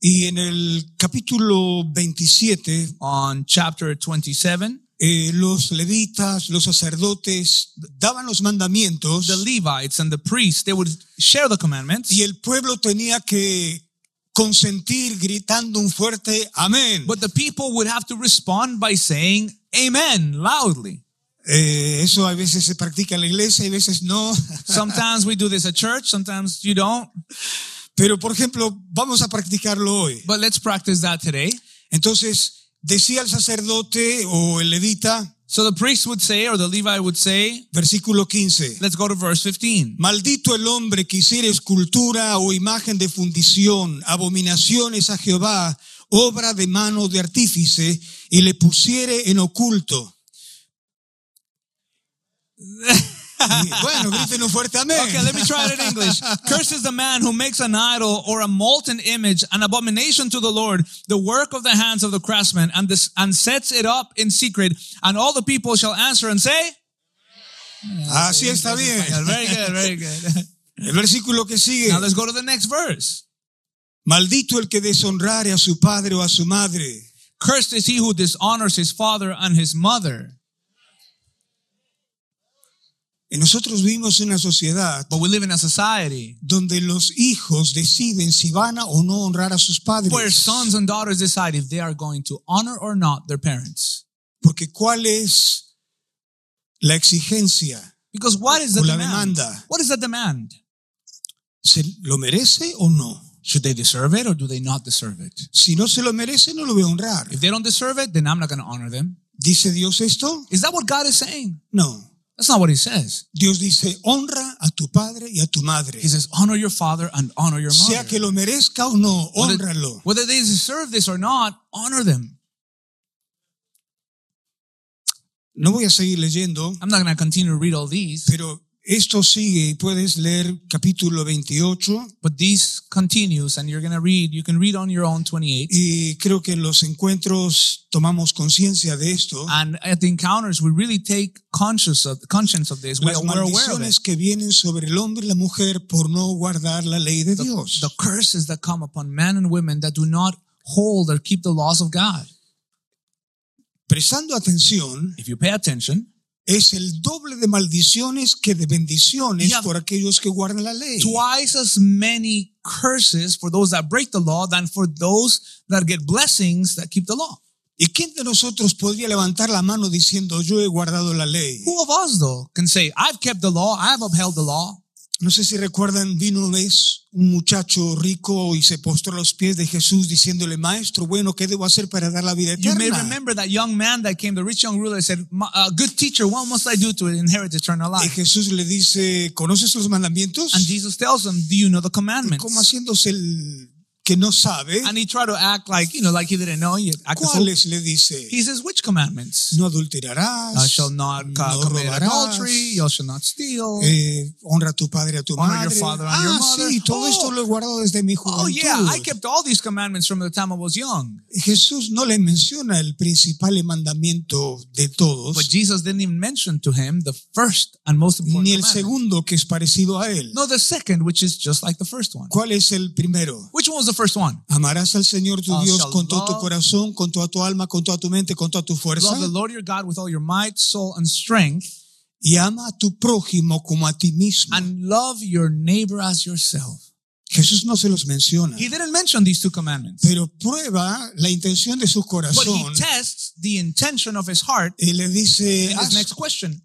Speaker 3: Y en el capítulo 27,
Speaker 4: On chapter 27,
Speaker 3: eh, los levitas, los sacerdotes daban los
Speaker 4: the
Speaker 3: mandamientos
Speaker 4: Levites and the priests, they would share the commandments.
Speaker 3: y el pueblo tenía que consentir gritando un fuerte amén.
Speaker 4: But the people would have to respond by saying amen loudly.
Speaker 3: Eh, eso a veces se practica en la iglesia y a veces no. [laughs]
Speaker 4: Sometimes we do this at church, sometimes you don't.
Speaker 3: Pero, por ejemplo, vamos a practicarlo hoy.
Speaker 4: But let's practice that today.
Speaker 3: Entonces, decía el sacerdote o el levita,
Speaker 4: So the priest would say, or the Levite would say,
Speaker 3: versículo 15.
Speaker 4: let's go to verse 15.
Speaker 3: Maldito el hombre que hiciera escultura o imagen de fundición, abominaciones a Jehová, obra de mano de artífice, y le pusiere
Speaker 4: [laughs]
Speaker 3: en oculto. Y, bueno, griten un fuerte amén.
Speaker 4: Okay, let me try it in
Speaker 3: [laughs]
Speaker 4: English. Curses the man who makes an idol or a molten image, an abomination to the Lord, the work of the hands of the craftsman, and this and sets it up in secret, and all the people shall answer and say,
Speaker 3: Así está bien.
Speaker 4: Very good, very good.
Speaker 3: El versículo que sigue.
Speaker 4: [laughs] Now let's go to the next verse.
Speaker 3: Maldito el que deshonrare a su padre o a su madre.
Speaker 4: Cursed is he who dishonors his father and his mother.
Speaker 3: Y nosotros vivimos en una sociedad
Speaker 4: But we live in a society
Speaker 3: donde los hijos deciden si van a o no honrar a sus padres.
Speaker 4: where sons and daughters decide if they are going to honor or not their parents.
Speaker 3: Porque ¿cuál es la exigencia?
Speaker 4: Because what is the
Speaker 3: O la
Speaker 4: demand?
Speaker 3: demanda.
Speaker 4: What is the demand?
Speaker 3: ¿Se lo merece o no?
Speaker 4: Should they deserve it or do they not deserve it?
Speaker 3: Si no se lo merece, no lo voy a honrar.
Speaker 4: If they don't deserve it, then I'm not going to honor them.
Speaker 3: ¿Dice Dios esto?
Speaker 4: Is that what God is saying?
Speaker 3: No.
Speaker 4: That's not what he says.
Speaker 3: Dios dice, honra a tu padre y a tu madre.
Speaker 4: He says, honor your father and honor your
Speaker 3: Sea que
Speaker 4: mother.
Speaker 3: lo merezca o no,
Speaker 4: Whether-
Speaker 3: honralo.
Speaker 4: Whether they deserve this or not, honor them.
Speaker 3: No voy a seguir leyendo,
Speaker 4: I'm not going to continue to read all these,
Speaker 3: pero esto sigue y puedes leer capítulo 28
Speaker 4: but these continues and you're going to read, you can read on your own 28.
Speaker 3: y creo que en los encuentros tomamos conciencia de esto.
Speaker 4: And at the encounters, we really take conscious of, conscience of this. We,
Speaker 3: Las
Speaker 4: we're aware of it.
Speaker 3: maldiciones que vienen sobre el hombre y la mujer por no guardar la ley de Dios.
Speaker 4: The curses that come upon men and women that do not hold or keep the laws of God.
Speaker 3: Prestando atención,
Speaker 4: If you pay attention,
Speaker 3: es el doble de maldiciones que de bendiciones
Speaker 4: Yeah.
Speaker 3: por aquellos que guardan la ley.
Speaker 4: twice as many curses for those that break the law than for those that get blessings that keep the law.
Speaker 3: ¿Y quién de nosotros podría levantar la mano diciendo yo he guardado la ley?
Speaker 4: Who of us, though, can say, I've kept the law, I've upheld the law?
Speaker 3: No sé si recuerdan, vino una vez un muchacho rico y se postró a los pies de Jesús diciéndole, maestro, bueno, ¿qué debo hacer para dar la vida
Speaker 4: You may
Speaker 3: eterna?
Speaker 4: remember that young man that came, the rich young ruler, said, "My- uh, Good teacher, what must I do to inherit eternal
Speaker 3: Y
Speaker 4: life?
Speaker 3: Jesús le dice, ¿conoces los mandamientos?
Speaker 4: And Jesus tells him, Do you know the
Speaker 3: Como
Speaker 4: commandments?
Speaker 3: haciéndose el que no sabe,
Speaker 4: And he tried to act like, you know, like he didn't know. He, act as a-
Speaker 3: ¿cuáles le dice?
Speaker 4: he says, Which commandments? I
Speaker 3: No adulterarás,
Speaker 4: shall not co-
Speaker 3: no
Speaker 4: commit
Speaker 3: robarás,
Speaker 4: adultery, you shall not steal.
Speaker 3: Eh, honra a tu padre, a tu
Speaker 4: Honor
Speaker 3: madre.
Speaker 4: your father and your
Speaker 3: ah,
Speaker 4: mother.
Speaker 3: sí, todo
Speaker 4: Oh.
Speaker 3: esto lo he guardado desde mi juventud.
Speaker 4: Oh, yeah, I kept all these commandments from the time I was young.
Speaker 3: Jesús no le menciona el principal mandamiento de
Speaker 4: But
Speaker 3: todos,
Speaker 4: Jesus didn't even mention to him the first and most important
Speaker 3: ni el
Speaker 4: commandment.
Speaker 3: segundo que es parecido a él.
Speaker 4: No, the second, which is just like the first one.
Speaker 3: ¿Cuál es el primero?
Speaker 4: Which one was the first one?
Speaker 3: Amarás al Señor tu
Speaker 4: Thou
Speaker 3: Dios
Speaker 4: shalt
Speaker 3: con todo tu
Speaker 4: love-
Speaker 3: corazón, con toda tu alma, con toda tu mente, con toda tu fuerza.
Speaker 4: Love the Lord your God with all your might, soul, and strength,
Speaker 3: Y ama a tu prójimo como a ti mismo.
Speaker 4: and love your neighbor as yourself.
Speaker 3: Jesús no se los menciona,
Speaker 4: He didn't mention these two commandments,
Speaker 3: pero prueba la intención de su
Speaker 4: but he
Speaker 3: corazón
Speaker 4: tests the intention of his heart
Speaker 3: y le dice,
Speaker 4: in
Speaker 3: "Haz
Speaker 4: his next question.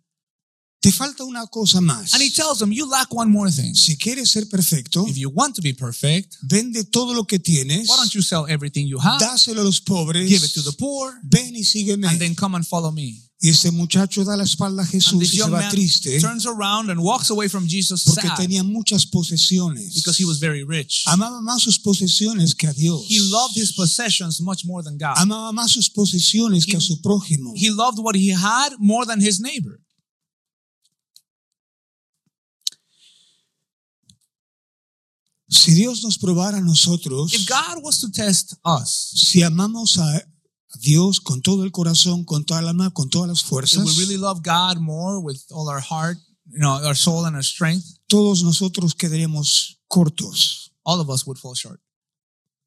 Speaker 3: Te falta una cosa más.
Speaker 4: And he tells them, You lack one more thing.
Speaker 3: Si quieres ser perfecto,
Speaker 4: If you want to be perfect,
Speaker 3: vende todo lo que tienes,
Speaker 4: why don't you sell everything you have,
Speaker 3: dáselo a los pobres,
Speaker 4: give it to the poor,
Speaker 3: ven y sígueme.
Speaker 4: and then come and follow me?
Speaker 3: y ese muchacho da la espalda a
Speaker 4: And
Speaker 3: Jesús
Speaker 4: this
Speaker 3: y se
Speaker 4: young
Speaker 3: va
Speaker 4: man
Speaker 3: triste
Speaker 4: turns around and walks away from Jesus
Speaker 3: porque
Speaker 4: sad
Speaker 3: tenía muchas posesiones.
Speaker 4: because he was very rich.
Speaker 3: Amaba más sus posesiones que a Dios.
Speaker 4: He loved his possessions much more than God.
Speaker 3: Amaba más sus posesiones que a su prójimo.
Speaker 4: He loved what he had more than his neighbor.
Speaker 3: Si Dios nos probara a nosotros,
Speaker 4: If God was to test us,
Speaker 3: si amamos a Dios con todo el corazón, con toda el alma, con todas las
Speaker 4: if
Speaker 3: fuerzas,
Speaker 4: we really love God more with all our heart, you know, our soul and our strength,
Speaker 3: todos nosotros quedaríamos cortos.
Speaker 4: all of us would fall short.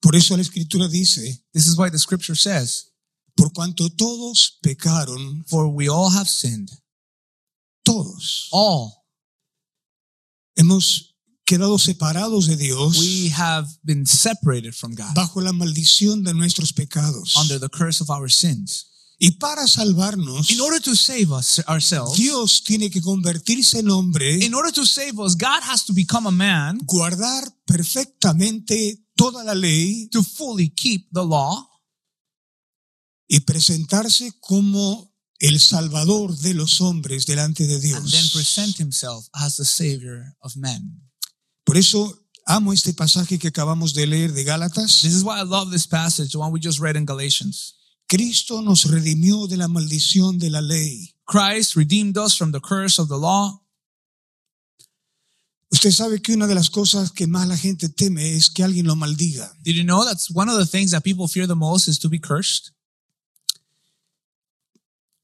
Speaker 3: Por eso la Escritura dice,
Speaker 4: This is why the scripture says,
Speaker 3: por cuanto todos pecaron,
Speaker 4: For we all have sinned.
Speaker 3: todos
Speaker 4: All.
Speaker 3: hemos quedado separados de Dios
Speaker 4: We have been separated from God
Speaker 3: bajo la maldición de nuestros pecados.
Speaker 4: under the curse of our sins.
Speaker 3: Y para salvarnos,
Speaker 4: In order to save us ourselves,
Speaker 3: Dios tiene que convertirse en hombre,
Speaker 4: in order to save us, God has to become a man
Speaker 3: guardar perfectamente toda la ley
Speaker 4: to fully keep the law
Speaker 3: y presentarse como el salvador de los hombres delante de
Speaker 4: and then
Speaker 3: Dios.
Speaker 4: present himself as the savior of men.
Speaker 3: Por eso amo este pasaje que acabamos de leer de Gálatas.
Speaker 4: This is why I love this passage, the one we just read in Galatians.
Speaker 3: Cristo nos redimió de la maldición de la ley.
Speaker 4: Christ redeemed us from the curse of the law.
Speaker 3: Usted sabe que una de las cosas que más la gente teme es que alguien lo maldiga.
Speaker 4: Did you know that's one of the things that people fear the most is to be cursed?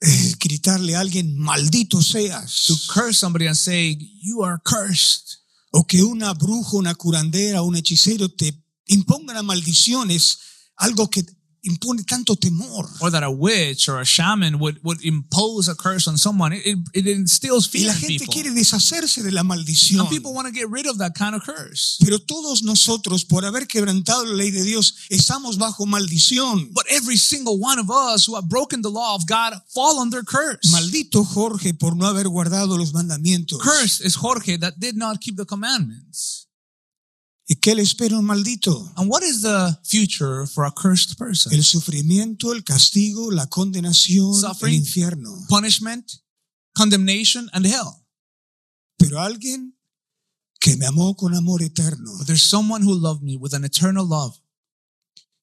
Speaker 3: Eh, gritarle a alguien, maldito
Speaker 4: To
Speaker 3: seas.
Speaker 4: curse somebody and say, You are cursed.
Speaker 3: O que una bruja, una curandera, un hechicero te imponga la maldición es algo que impone tanto temor.
Speaker 4: Or that a witch or a shaman would, would impose a curse on someone. It, it, it instills
Speaker 3: Y
Speaker 4: fear
Speaker 3: la
Speaker 4: in
Speaker 3: gente
Speaker 4: people.
Speaker 3: quiere deshacerse de la maldición.
Speaker 4: And people want to get rid of that kind of curse.
Speaker 3: Pero todos nosotros, por haber quebrantado la ley de Dios, estamos bajo maldición.
Speaker 4: But every single one of us who have broken the law of God fall under curse.
Speaker 3: Maldito Jorge por no haber guardado los mandamientos.
Speaker 4: Cursed is Jorge that did not keep the commandments.
Speaker 3: ¿Y qué le espera a un maldito?
Speaker 4: And what is the future for a cursed person?
Speaker 3: El sufrimiento, el castigo, la condenación, el
Speaker 4: Suffering.
Speaker 3: infierno.
Speaker 4: Punishment, condemnation, and hell.
Speaker 3: Pero alguien que me amó con amor eterno.
Speaker 4: But there's someone who loved me with an eternal love.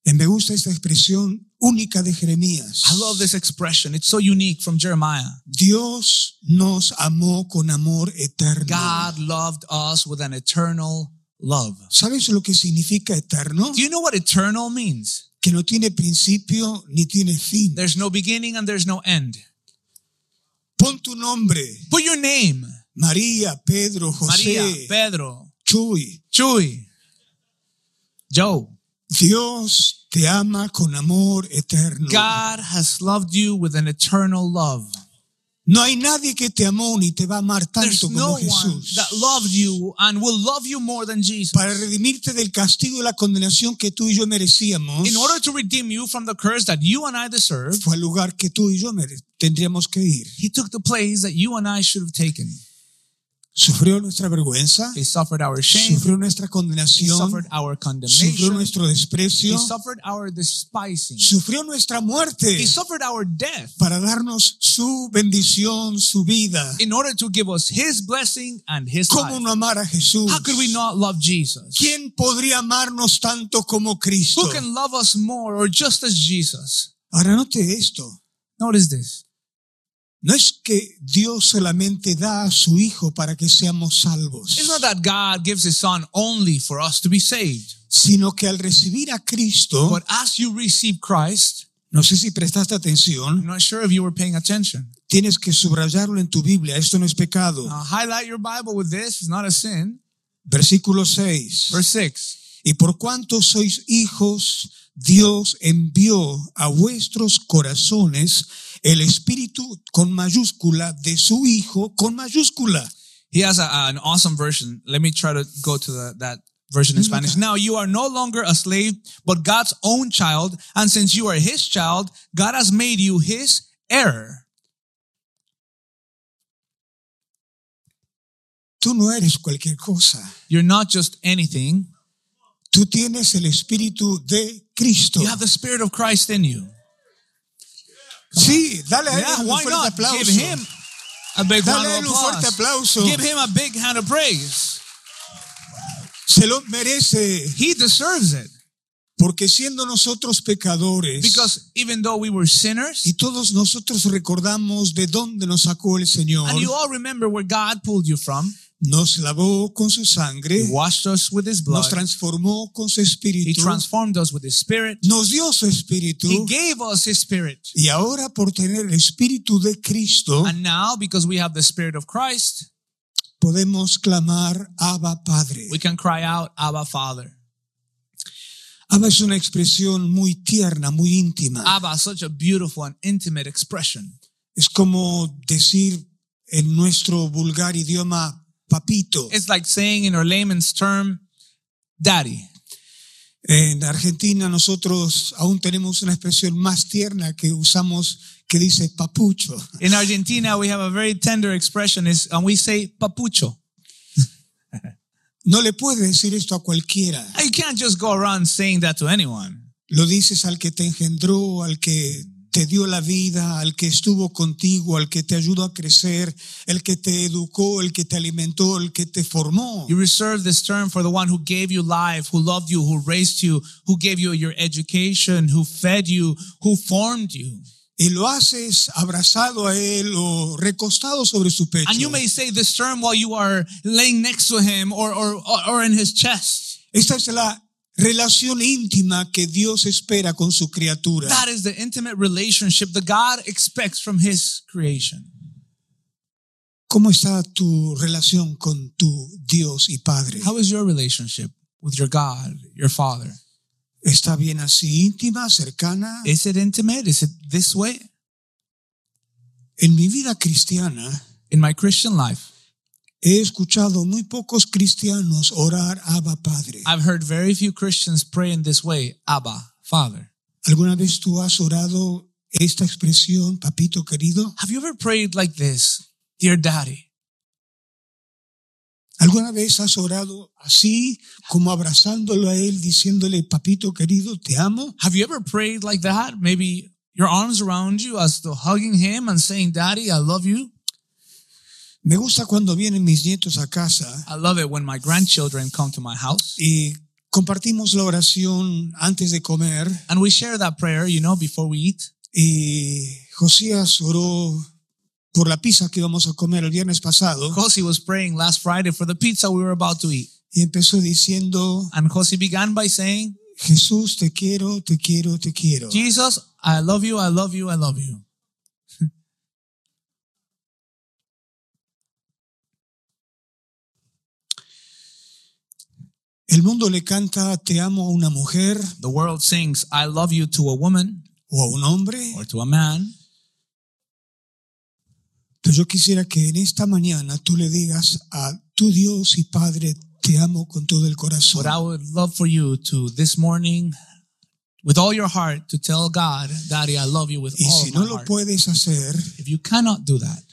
Speaker 3: Y me gusta esta expresión única de Jeremías.
Speaker 4: I love this expression. It's so unique from Jeremiah.
Speaker 3: Dios nos amó con amor eterno.
Speaker 4: God loved us with an eternal love.
Speaker 3: ¿Sabes lo que significa eterno?
Speaker 4: Do you know what eternal means?
Speaker 3: Que no tiene principio ni tiene fin.
Speaker 4: There's no beginning and there's no end.
Speaker 3: Pon tu nombre.
Speaker 4: Put your name,
Speaker 3: María, Pedro, José,
Speaker 4: Maria, Pedro,
Speaker 3: Chuy.
Speaker 4: Chuy, Joe.
Speaker 3: Dios te ama con amor eterno.
Speaker 4: God has loved you with an eternal love.
Speaker 3: No hay nadie que te amó ni te va a amar
Speaker 4: There's
Speaker 3: tanto
Speaker 4: no
Speaker 3: como
Speaker 4: one
Speaker 3: Jesús.
Speaker 4: that loved you and will love you more than
Speaker 3: Para
Speaker 4: Jesus.
Speaker 3: redimirte del castigo y la condenación que tú y yo merecíamos,
Speaker 4: In order to redeem you from the curse that you and I deserve,
Speaker 3: fue al lugar que tú y yo mere- tendríamos que ir.
Speaker 4: He took the place that you and I should have taken.
Speaker 3: Sufrió nuestra vergüenza,
Speaker 4: He suffered our shame.
Speaker 3: sufrió nuestra
Speaker 4: He suffered
Speaker 3: condenación,
Speaker 4: our
Speaker 3: sufrió
Speaker 4: condemnation.
Speaker 3: nuestro desprecio,
Speaker 4: He suffered our despising.
Speaker 3: sufrió nuestra
Speaker 4: He
Speaker 3: muerte
Speaker 4: suffered our death
Speaker 3: para darnos su bendición, su vida.
Speaker 4: in order to give us His blessing and His
Speaker 3: ¿Cómo
Speaker 4: life.
Speaker 3: no amar a Jesús?
Speaker 4: How could we not love Jesus?
Speaker 3: ¿Quién podría amarnos tanto como Cristo?
Speaker 4: Who can love us more or just as Jesus?
Speaker 3: Ahora note esto.
Speaker 4: Notice this.
Speaker 3: No es que Dios solamente da a su Hijo para que seamos salvos,
Speaker 4: It's not that God gives His Son only for us to be saved,
Speaker 3: sino que al recibir a Cristo,
Speaker 4: but as you receive Christ,
Speaker 3: no sé si prestaste atención,
Speaker 4: I'm not sure if you were paying attention.
Speaker 3: tienes que subrayarlo en tu Biblia, esto no es pecado.
Speaker 4: Uh, highlight your Bible with this. It's not a sin.
Speaker 3: Versículo 6.
Speaker 4: Verse 6.
Speaker 3: Y por cuanto sois hijos, Dios envió a vuestros corazones el Espíritu con mayúscula de su Hijo con mayúscula.
Speaker 4: He has a, an awesome version. Let me try to go to the, that version
Speaker 3: Mm-hmm.
Speaker 4: in Spanish. Now you are no longer a slave, but God's own child. And since you are his child, God has made you his heir.
Speaker 3: Tú no eres cualquier cosa.
Speaker 4: You're not just anything.
Speaker 3: Tú tienes el Espíritu de Cristo.
Speaker 4: You have the Spirit of Christ in you.
Speaker 3: Sí, dale a él
Speaker 4: Yeah,
Speaker 3: un
Speaker 4: why
Speaker 3: fuerte
Speaker 4: not?
Speaker 3: aplauso.
Speaker 4: Give him a big round
Speaker 3: Dale a él
Speaker 4: of
Speaker 3: un fuerte
Speaker 4: applause.
Speaker 3: aplauso.
Speaker 4: Give him a big hand of praise.
Speaker 3: Se lo merece.
Speaker 4: He deserves it.
Speaker 3: Porque siendo nosotros pecadores,
Speaker 4: Because even though we were sinners,
Speaker 3: y todos nosotros recordamos de dónde nos sacó el Señor,
Speaker 4: and you all remember where God pulled you from,
Speaker 3: nos lavó con su
Speaker 4: He
Speaker 3: sangre,
Speaker 4: washed us with His blood,
Speaker 3: nos transformó con su
Speaker 4: He
Speaker 3: espíritu,
Speaker 4: transformed us with His Spirit,
Speaker 3: nos dio su
Speaker 4: He
Speaker 3: espíritu,
Speaker 4: gave us His Spirit.
Speaker 3: y ahora por tener el espíritu de Cristo,
Speaker 4: And now, because we have the Spirit of Christ,
Speaker 3: podemos clamar Abba Padre.
Speaker 4: we can cry out, Abba, Father.
Speaker 3: Abba es una expresión muy tierna, muy íntima.
Speaker 4: Abba, such a beautiful and intimate expression.
Speaker 3: Es como decir en nuestro vulgar idioma papito.
Speaker 4: It's like saying in our layman's term, Daddy.
Speaker 3: En Argentina nosotros aún tenemos una expresión más tierna que usamos que dice papucho.
Speaker 4: In Argentina, we have a very tender expression, is, and we say papucho.
Speaker 3: No le puedes decir esto a cualquiera.
Speaker 4: You can't just go around saying that to anyone.
Speaker 3: Lo dices al que te engendró, al que te dio la vida, al que estuvo contigo, al que te ayudó a crecer, el que te educó, el que te alimentó, el que te formó.
Speaker 4: You reserve this term for the one who gave you life, who loved you, who raised you, who gave you your education, who fed you, who formed you.
Speaker 3: Y lo haces abrazado a él o recostado sobre su pecho.
Speaker 4: And you may say this term while you are laying next to him or, or, or- or in his chest.
Speaker 3: Esta es la relación íntima que Dios espera con su criatura.
Speaker 4: That is the intimate relationship that God expects from his creation.
Speaker 3: ¿Cómo está tu relación con tu Dios y Padre?
Speaker 4: How is your relationship with your God, your Father?
Speaker 3: ¿Está bien así íntima, cercana?
Speaker 4: Is it intimate? Is it this way?
Speaker 3: En mi vida cristiana
Speaker 4: In my Christian life,
Speaker 3: he escuchado muy pocos cristianos orar Abba Padre.
Speaker 4: I've heard very few Christians pray in this way Abba, Father.
Speaker 3: ¿Alguna vez tú has orado esta expresión, papito querido?
Speaker 4: Have you ever prayed like this, dear daddy?
Speaker 3: ¿Alguna vez has orado así, como abrazándolo a él, diciéndole, papito querido, te amo?
Speaker 4: Have you ever prayed like that? Maybe your arms around you as though hugging him and saying, Daddy, I love you.
Speaker 3: Me gusta cuando vienen mis nietos a casa
Speaker 4: I love it when my grandchildren come to my house
Speaker 3: y compartimos la oración antes de comer.
Speaker 4: and we share that prayer, you know, before we eat.
Speaker 3: Y Josías oró por la pizza que íbamos a comer el viernes pasado
Speaker 4: Kosi was praying last Friday for the pizza we were about to eat.
Speaker 3: y empezó diciendo,
Speaker 4: And Kosi began by saying,
Speaker 3: Jesús, te quiero, te quiero, te quiero.
Speaker 4: Jesus, I love you, I love you, I love you.
Speaker 3: El mundo le canta, te amo a una mujer
Speaker 4: The world sings, I love you to a woman
Speaker 3: o a un hombre,
Speaker 4: or to a man.
Speaker 3: pero yo quisiera que en esta mañana tú le digas a tu Dios y Padre, te amo con todo el corazón.
Speaker 4: But I would love for you to this morning, with all your heart, to tell God, Daddy, I love you with
Speaker 3: Y
Speaker 4: all
Speaker 3: si
Speaker 4: my
Speaker 3: no lo
Speaker 4: heart.
Speaker 3: puedes hacer,
Speaker 4: If you cannot do that,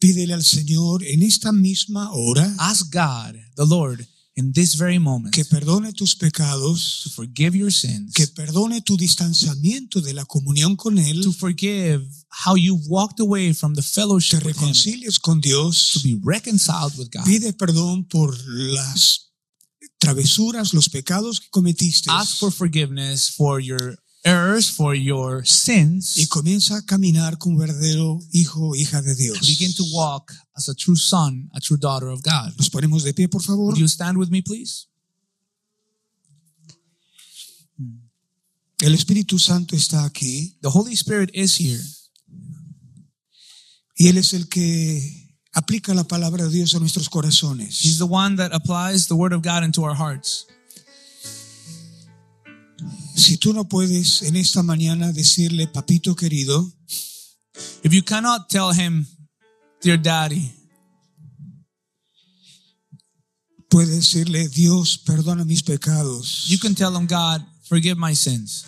Speaker 3: pídele al Señor en esta misma hora
Speaker 4: ask God, the Lord, in this very moment
Speaker 3: que perdone tus pecados,
Speaker 4: to forgive your sins,
Speaker 3: que perdone tu distanciamiento de la comunión con
Speaker 4: to
Speaker 3: Él,
Speaker 4: forgive how you walked away from the
Speaker 3: te
Speaker 4: fellowship with Him, to
Speaker 3: reconcilies con Dios,
Speaker 4: be reconciled with God.
Speaker 3: pide perdón por las travesuras, los pecados que cometiste
Speaker 4: Ask for forgiveness for your errors, for your sins,
Speaker 3: y comienza a caminar como un verdadero hijo o hija de Dios.
Speaker 4: and begin to walk as a true son, a true daughter of God.
Speaker 3: Nos ponemos de pie, por favor.
Speaker 4: Would you stand with me, please?
Speaker 3: El Espíritu Santo está aquí
Speaker 4: The Holy Spirit is here.
Speaker 3: y Él es el que aplica la palabra de Dios a nuestros corazones.
Speaker 4: He's the one that applies the word of God into our hearts.
Speaker 3: Si tú no puedes en esta mañana decirle, papito querido,
Speaker 4: If you cannot tell him, dear daddy,
Speaker 3: puedes decirle, Dios, perdona mis pecados.
Speaker 4: you can tell him, God, forgive my sins.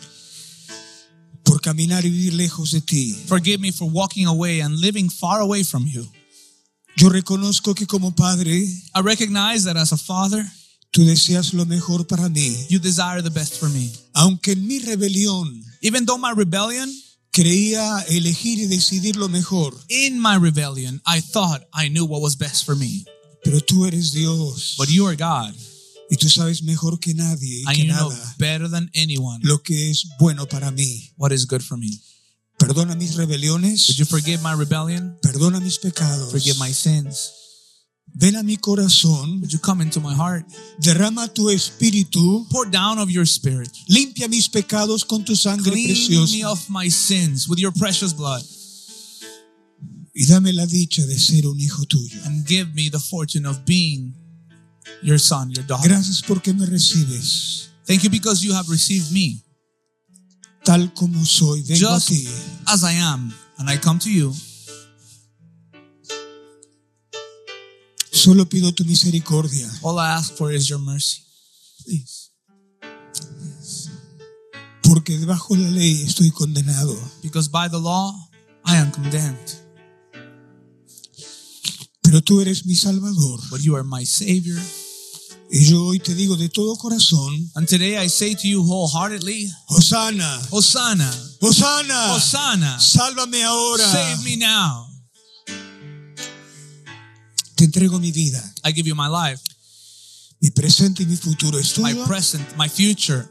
Speaker 3: por caminar y vivir lejos de ti.
Speaker 4: Forgive me for walking away and living far away from you.
Speaker 3: Yo reconozco que como padre,
Speaker 4: I recognize that as a father,
Speaker 3: tú deseas lo mejor para mí.
Speaker 4: you desire the best for me.
Speaker 3: Aunque en mi rebelión
Speaker 4: Even though my rebellion,
Speaker 3: creía elegir y decidir lo mejor,
Speaker 4: in my rebellion, I thought I knew what was best for me.
Speaker 3: pero tú eres Dios
Speaker 4: But you are God,
Speaker 3: y tú sabes mejor que nadie y
Speaker 4: and
Speaker 3: que
Speaker 4: you know
Speaker 3: nada
Speaker 4: better than anyone
Speaker 3: lo que es bueno para mí.
Speaker 4: what is good for me.
Speaker 3: Perdona mis
Speaker 4: Would
Speaker 3: rebeliones,
Speaker 4: you forgive my rebellion?
Speaker 3: perdona mis pecados.
Speaker 4: Forgive my sins.
Speaker 3: Ven a mi corazón,
Speaker 4: Would you come into my heart?
Speaker 3: derrama tu espíritu,
Speaker 4: Pour down of your spirit.
Speaker 3: limpia mis pecados con tu sangre
Speaker 4: Clean me
Speaker 3: preciosa
Speaker 4: of my sins with your precious blood
Speaker 3: y dame la dicha de ser un hijo tuyo.
Speaker 4: and give me the fortune of being your son, your daughter.
Speaker 3: Gracias porque me recibes
Speaker 4: Thank you because you have received me
Speaker 3: tal como soy. Vengo a ti.
Speaker 4: just as I am, and I come to you.
Speaker 3: Solo pido tu misericordia.
Speaker 4: All I ask for is your mercy. Please.
Speaker 3: porque debajo de la ley estoy condenado.
Speaker 4: Because by the law, I am condemned,
Speaker 3: Pero tú eres mi Salvador.
Speaker 4: but you are my Savior.
Speaker 3: Y yo hoy te digo de todo corazón,
Speaker 4: And today I say to you wholeheartedly
Speaker 3: Hosanna,
Speaker 4: Hosanna,
Speaker 3: Hosanna,
Speaker 4: Hosanna,
Speaker 3: sálvame ahora.
Speaker 4: save me now.
Speaker 3: Te entrego mi vida.
Speaker 4: I give you my life,
Speaker 3: Mi presente y mi futuro es
Speaker 4: my
Speaker 3: tuyo.
Speaker 4: present, my future.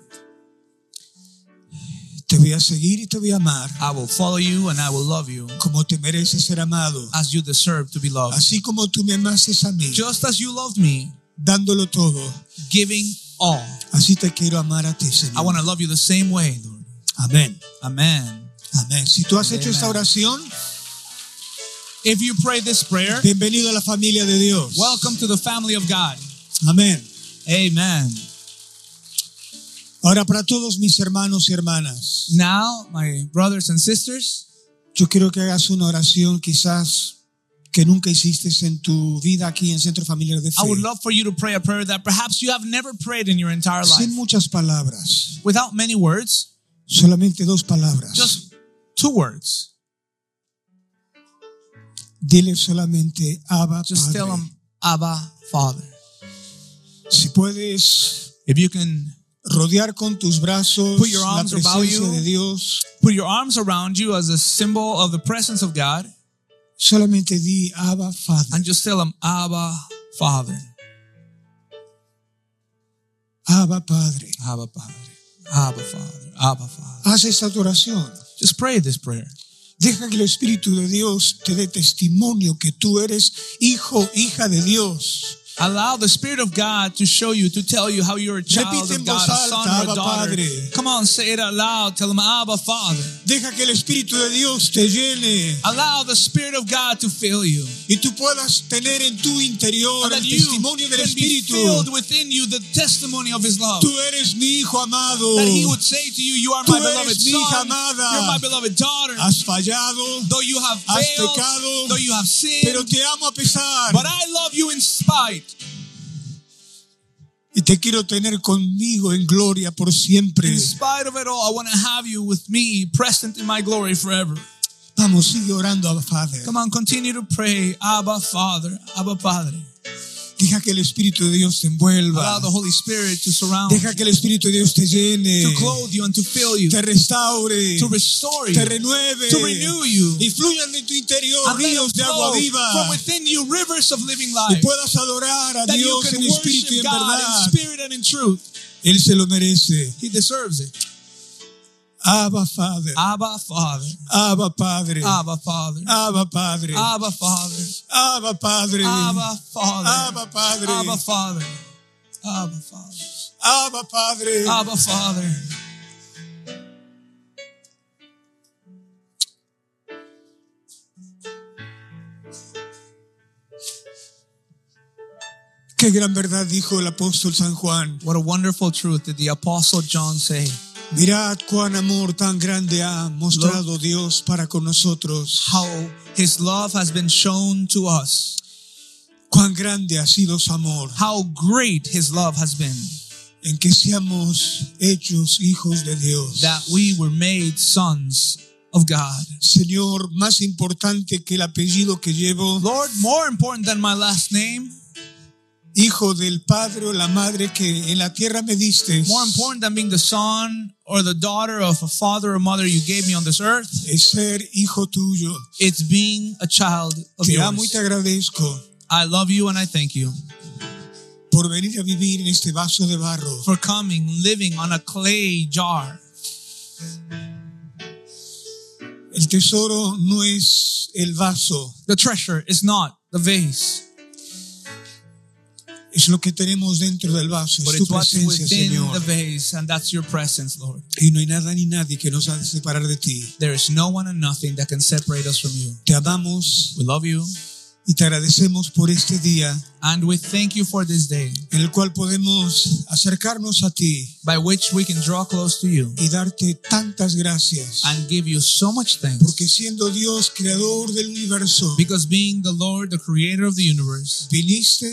Speaker 3: Te voy a seguir y te voy a amar
Speaker 4: I will follow you and I will love you
Speaker 3: como te mereces ser amado.
Speaker 4: as you deserve to be loved.
Speaker 3: Así como tú me amaste a mí,
Speaker 4: Just as you loved me,
Speaker 3: dándolo todo,
Speaker 4: giving all.
Speaker 3: así te quiero amar a ti,
Speaker 4: I
Speaker 3: Señor.
Speaker 4: want to love you the same way, Lord.
Speaker 3: Amén.
Speaker 4: Amen.
Speaker 3: Amén. Si tú has hecho esta
Speaker 4: Amen.
Speaker 3: oración,
Speaker 4: If you pray this prayer,
Speaker 3: bienvenido a la familia de Dios.
Speaker 4: welcome to the family of God.
Speaker 3: Amén.
Speaker 4: Amen.
Speaker 3: Ahora para todos mis hermanos y hermanas.
Speaker 4: Now, my brothers and sisters,
Speaker 3: Yo quiero que hagas una oración quizás que nunca hiciste en tu vida aquí en Centro Familiar de Fe.
Speaker 4: I would love for you to pray a prayer that perhaps you have never prayed in your entire life.
Speaker 3: Sin muchas palabras,
Speaker 4: Without many words,
Speaker 3: solamente dos palabras.
Speaker 4: just two words.
Speaker 3: Dile solamente Abba
Speaker 4: Just tell
Speaker 3: Padre.
Speaker 4: him, Abba, Father.
Speaker 3: Si puedes
Speaker 4: If you can
Speaker 3: rodear con tus brazos
Speaker 4: Put your
Speaker 3: la
Speaker 4: arms about
Speaker 3: presencia
Speaker 4: you.
Speaker 3: de Dios,
Speaker 4: put your arms around you as a symbol of the presence of God
Speaker 3: solamente di Abba
Speaker 4: and
Speaker 3: Padre.
Speaker 4: just tell him, Abba, Father.
Speaker 3: Abba Padre.
Speaker 4: Abba, Padre. Abba, Father. Abba, Father.
Speaker 3: Haz esta oración.
Speaker 4: Just pray this prayer.
Speaker 3: Deja que el Espíritu de Dios te dé testimonio que tú eres hijo, hija de Dios.
Speaker 4: Allow the Spirit of God to show you, to tell you how you're a child
Speaker 3: Repite en
Speaker 4: of God, a
Speaker 3: voz alta,
Speaker 4: son or
Speaker 3: "Abba,
Speaker 4: a daughter.
Speaker 3: Padre.
Speaker 4: Come on, say it out loud. Tell him, Abba, Father.
Speaker 3: Deja que el Espíritu de Dios te llene.
Speaker 4: Allow the Spirit of God to fill you.
Speaker 3: y tú puedas tener en tu interior
Speaker 4: And that
Speaker 3: el
Speaker 4: you
Speaker 3: testimonio del
Speaker 4: can be
Speaker 3: Espíritu.
Speaker 4: filled within you the testimony of His love.
Speaker 3: Tú eres mi hijo amado.
Speaker 4: That He would say to you, You are
Speaker 3: Tú
Speaker 4: my
Speaker 3: eres
Speaker 4: beloved
Speaker 3: mi
Speaker 4: son.
Speaker 3: hija amada.
Speaker 4: You're my beloved daughter.
Speaker 3: Has fallado,
Speaker 4: Though you have
Speaker 3: has
Speaker 4: failed,
Speaker 3: pecado,
Speaker 4: though you have sinned,
Speaker 3: pero te amo a pesar.
Speaker 4: but I love you in spite.
Speaker 3: Y te quiero tener conmigo en gloria por siempre.
Speaker 4: In spite of it all, I want to have you with me, present in my glory forever.
Speaker 3: Vamos, sigue orando a Padre.
Speaker 4: Come on, continue to pray, Abba Father, Abba Padre.
Speaker 3: Deja que el Espíritu de Dios te
Speaker 4: Allow
Speaker 3: envuelva.
Speaker 4: the Holy Spirit to surround you,
Speaker 3: Deja que el Espíritu de Dios te llene,
Speaker 4: to clothe you and to fill you,
Speaker 3: te restaure,
Speaker 4: to restore you,
Speaker 3: te
Speaker 4: to
Speaker 3: renueve.
Speaker 4: renew you,
Speaker 3: Y fluyan de tu interior
Speaker 4: and let
Speaker 3: ríos de
Speaker 4: it
Speaker 3: agua
Speaker 4: flow
Speaker 3: viva.
Speaker 4: from within you rivers of living
Speaker 3: Y
Speaker 4: life.
Speaker 3: puedas adorar a
Speaker 4: That you
Speaker 3: Dios
Speaker 4: can
Speaker 3: en espíritu
Speaker 4: worship
Speaker 3: y en
Speaker 4: God in
Speaker 3: verdad.
Speaker 4: spirit and in truth.
Speaker 3: Él se lo merece.
Speaker 4: He deserves it.
Speaker 3: Abba Father,
Speaker 4: Abba Father,
Speaker 3: Abba Padre,
Speaker 4: Abba Father,
Speaker 3: Abba Padre,
Speaker 4: Abba Father,
Speaker 3: Abba Padre,
Speaker 4: Abba Father,
Speaker 3: Abba Padre,
Speaker 4: Abba Father, Abba Father,
Speaker 3: Abba Padre.
Speaker 4: Abba Father.
Speaker 3: Qué gran verdad dijo el apóstol San Juan.
Speaker 4: What a wonderful truth did the Apostle John say.
Speaker 3: Mirad cuán amor tan grande ha mostrado Dios para con nosotros.
Speaker 4: How his love has been shown to us.
Speaker 3: Cuán grande ha sido su amor
Speaker 4: How great his love has been.
Speaker 3: en que seamos hechos hijos de Dios.
Speaker 4: That we were made sons of God.
Speaker 3: Señor, más importante que el apellido que llevo,
Speaker 4: Lord, more important than my last name,
Speaker 3: hijo del Padre o la Madre que en la tierra me diste,
Speaker 4: more important than being the son or the daughter of a father or mother you gave me on this earth,
Speaker 3: es ser hijo tuyo.
Speaker 4: it's being a child of
Speaker 3: Te amo y te
Speaker 4: yours.
Speaker 3: agradezco
Speaker 4: I love you and I thank you
Speaker 3: por venir a vivir en este vaso de barro.
Speaker 4: for coming, living on a clay jar.
Speaker 3: El tesoro no es el vaso,
Speaker 4: The treasure is not the vase,
Speaker 3: es lo que tenemos dentro del vaso,
Speaker 4: but
Speaker 3: es tu
Speaker 4: it's what's
Speaker 3: presencia,
Speaker 4: within the
Speaker 3: Señor.
Speaker 4: vase, and that's your presence, Lord.
Speaker 3: Y no hay nada ni nadie que nos haga separar de ti.
Speaker 4: There is no one and nothing that can separate us from you.
Speaker 3: Te amamos
Speaker 4: We love you
Speaker 3: y te agradecemos por este día
Speaker 4: and we thank you for this day
Speaker 3: en el cual podemos acercarnos a ti
Speaker 4: by which we can draw close to you
Speaker 3: y darte tantas gracias.
Speaker 4: and give you so much thanks.
Speaker 3: Porque siendo Dios creador del universo,
Speaker 4: Because being the Lord, the creator of the universe,
Speaker 3: viniste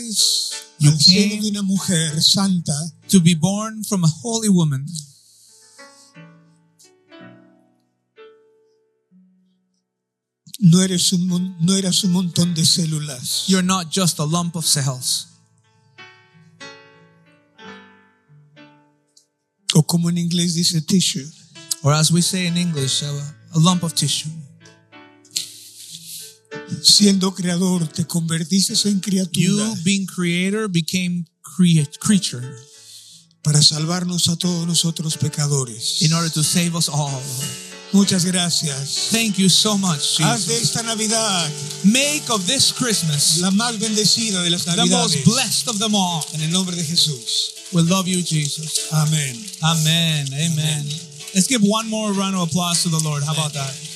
Speaker 4: You
Speaker 3: al seno
Speaker 4: came.
Speaker 3: de una mujer santa
Speaker 4: to be born from a holy woman
Speaker 3: no eres un, mon- no eras un montón de células.
Speaker 4: You're not just a lump of cells.
Speaker 3: O como en inglés dice tissue.
Speaker 4: Or as we say in English, a, a lump of tissue.
Speaker 3: Siendo creador, te convertiste en criatura
Speaker 4: You, being creator, became create, creature
Speaker 3: para salvarnos a todos nosotros pecadores.
Speaker 4: in order to save us all.
Speaker 3: Muchas gracias.
Speaker 4: Thank you so much,
Speaker 3: Haz de
Speaker 4: Jesus.
Speaker 3: esta Navidad
Speaker 4: Make of this Christmas
Speaker 3: la más bendecida de las
Speaker 4: the most
Speaker 3: Navidades.
Speaker 4: blessed of them all.
Speaker 3: En el nombre de Jesús.
Speaker 4: We love you, Jesus.
Speaker 3: Amén.
Speaker 4: Amen. Amen. Let's give one more round of applause to the Lord. How about that?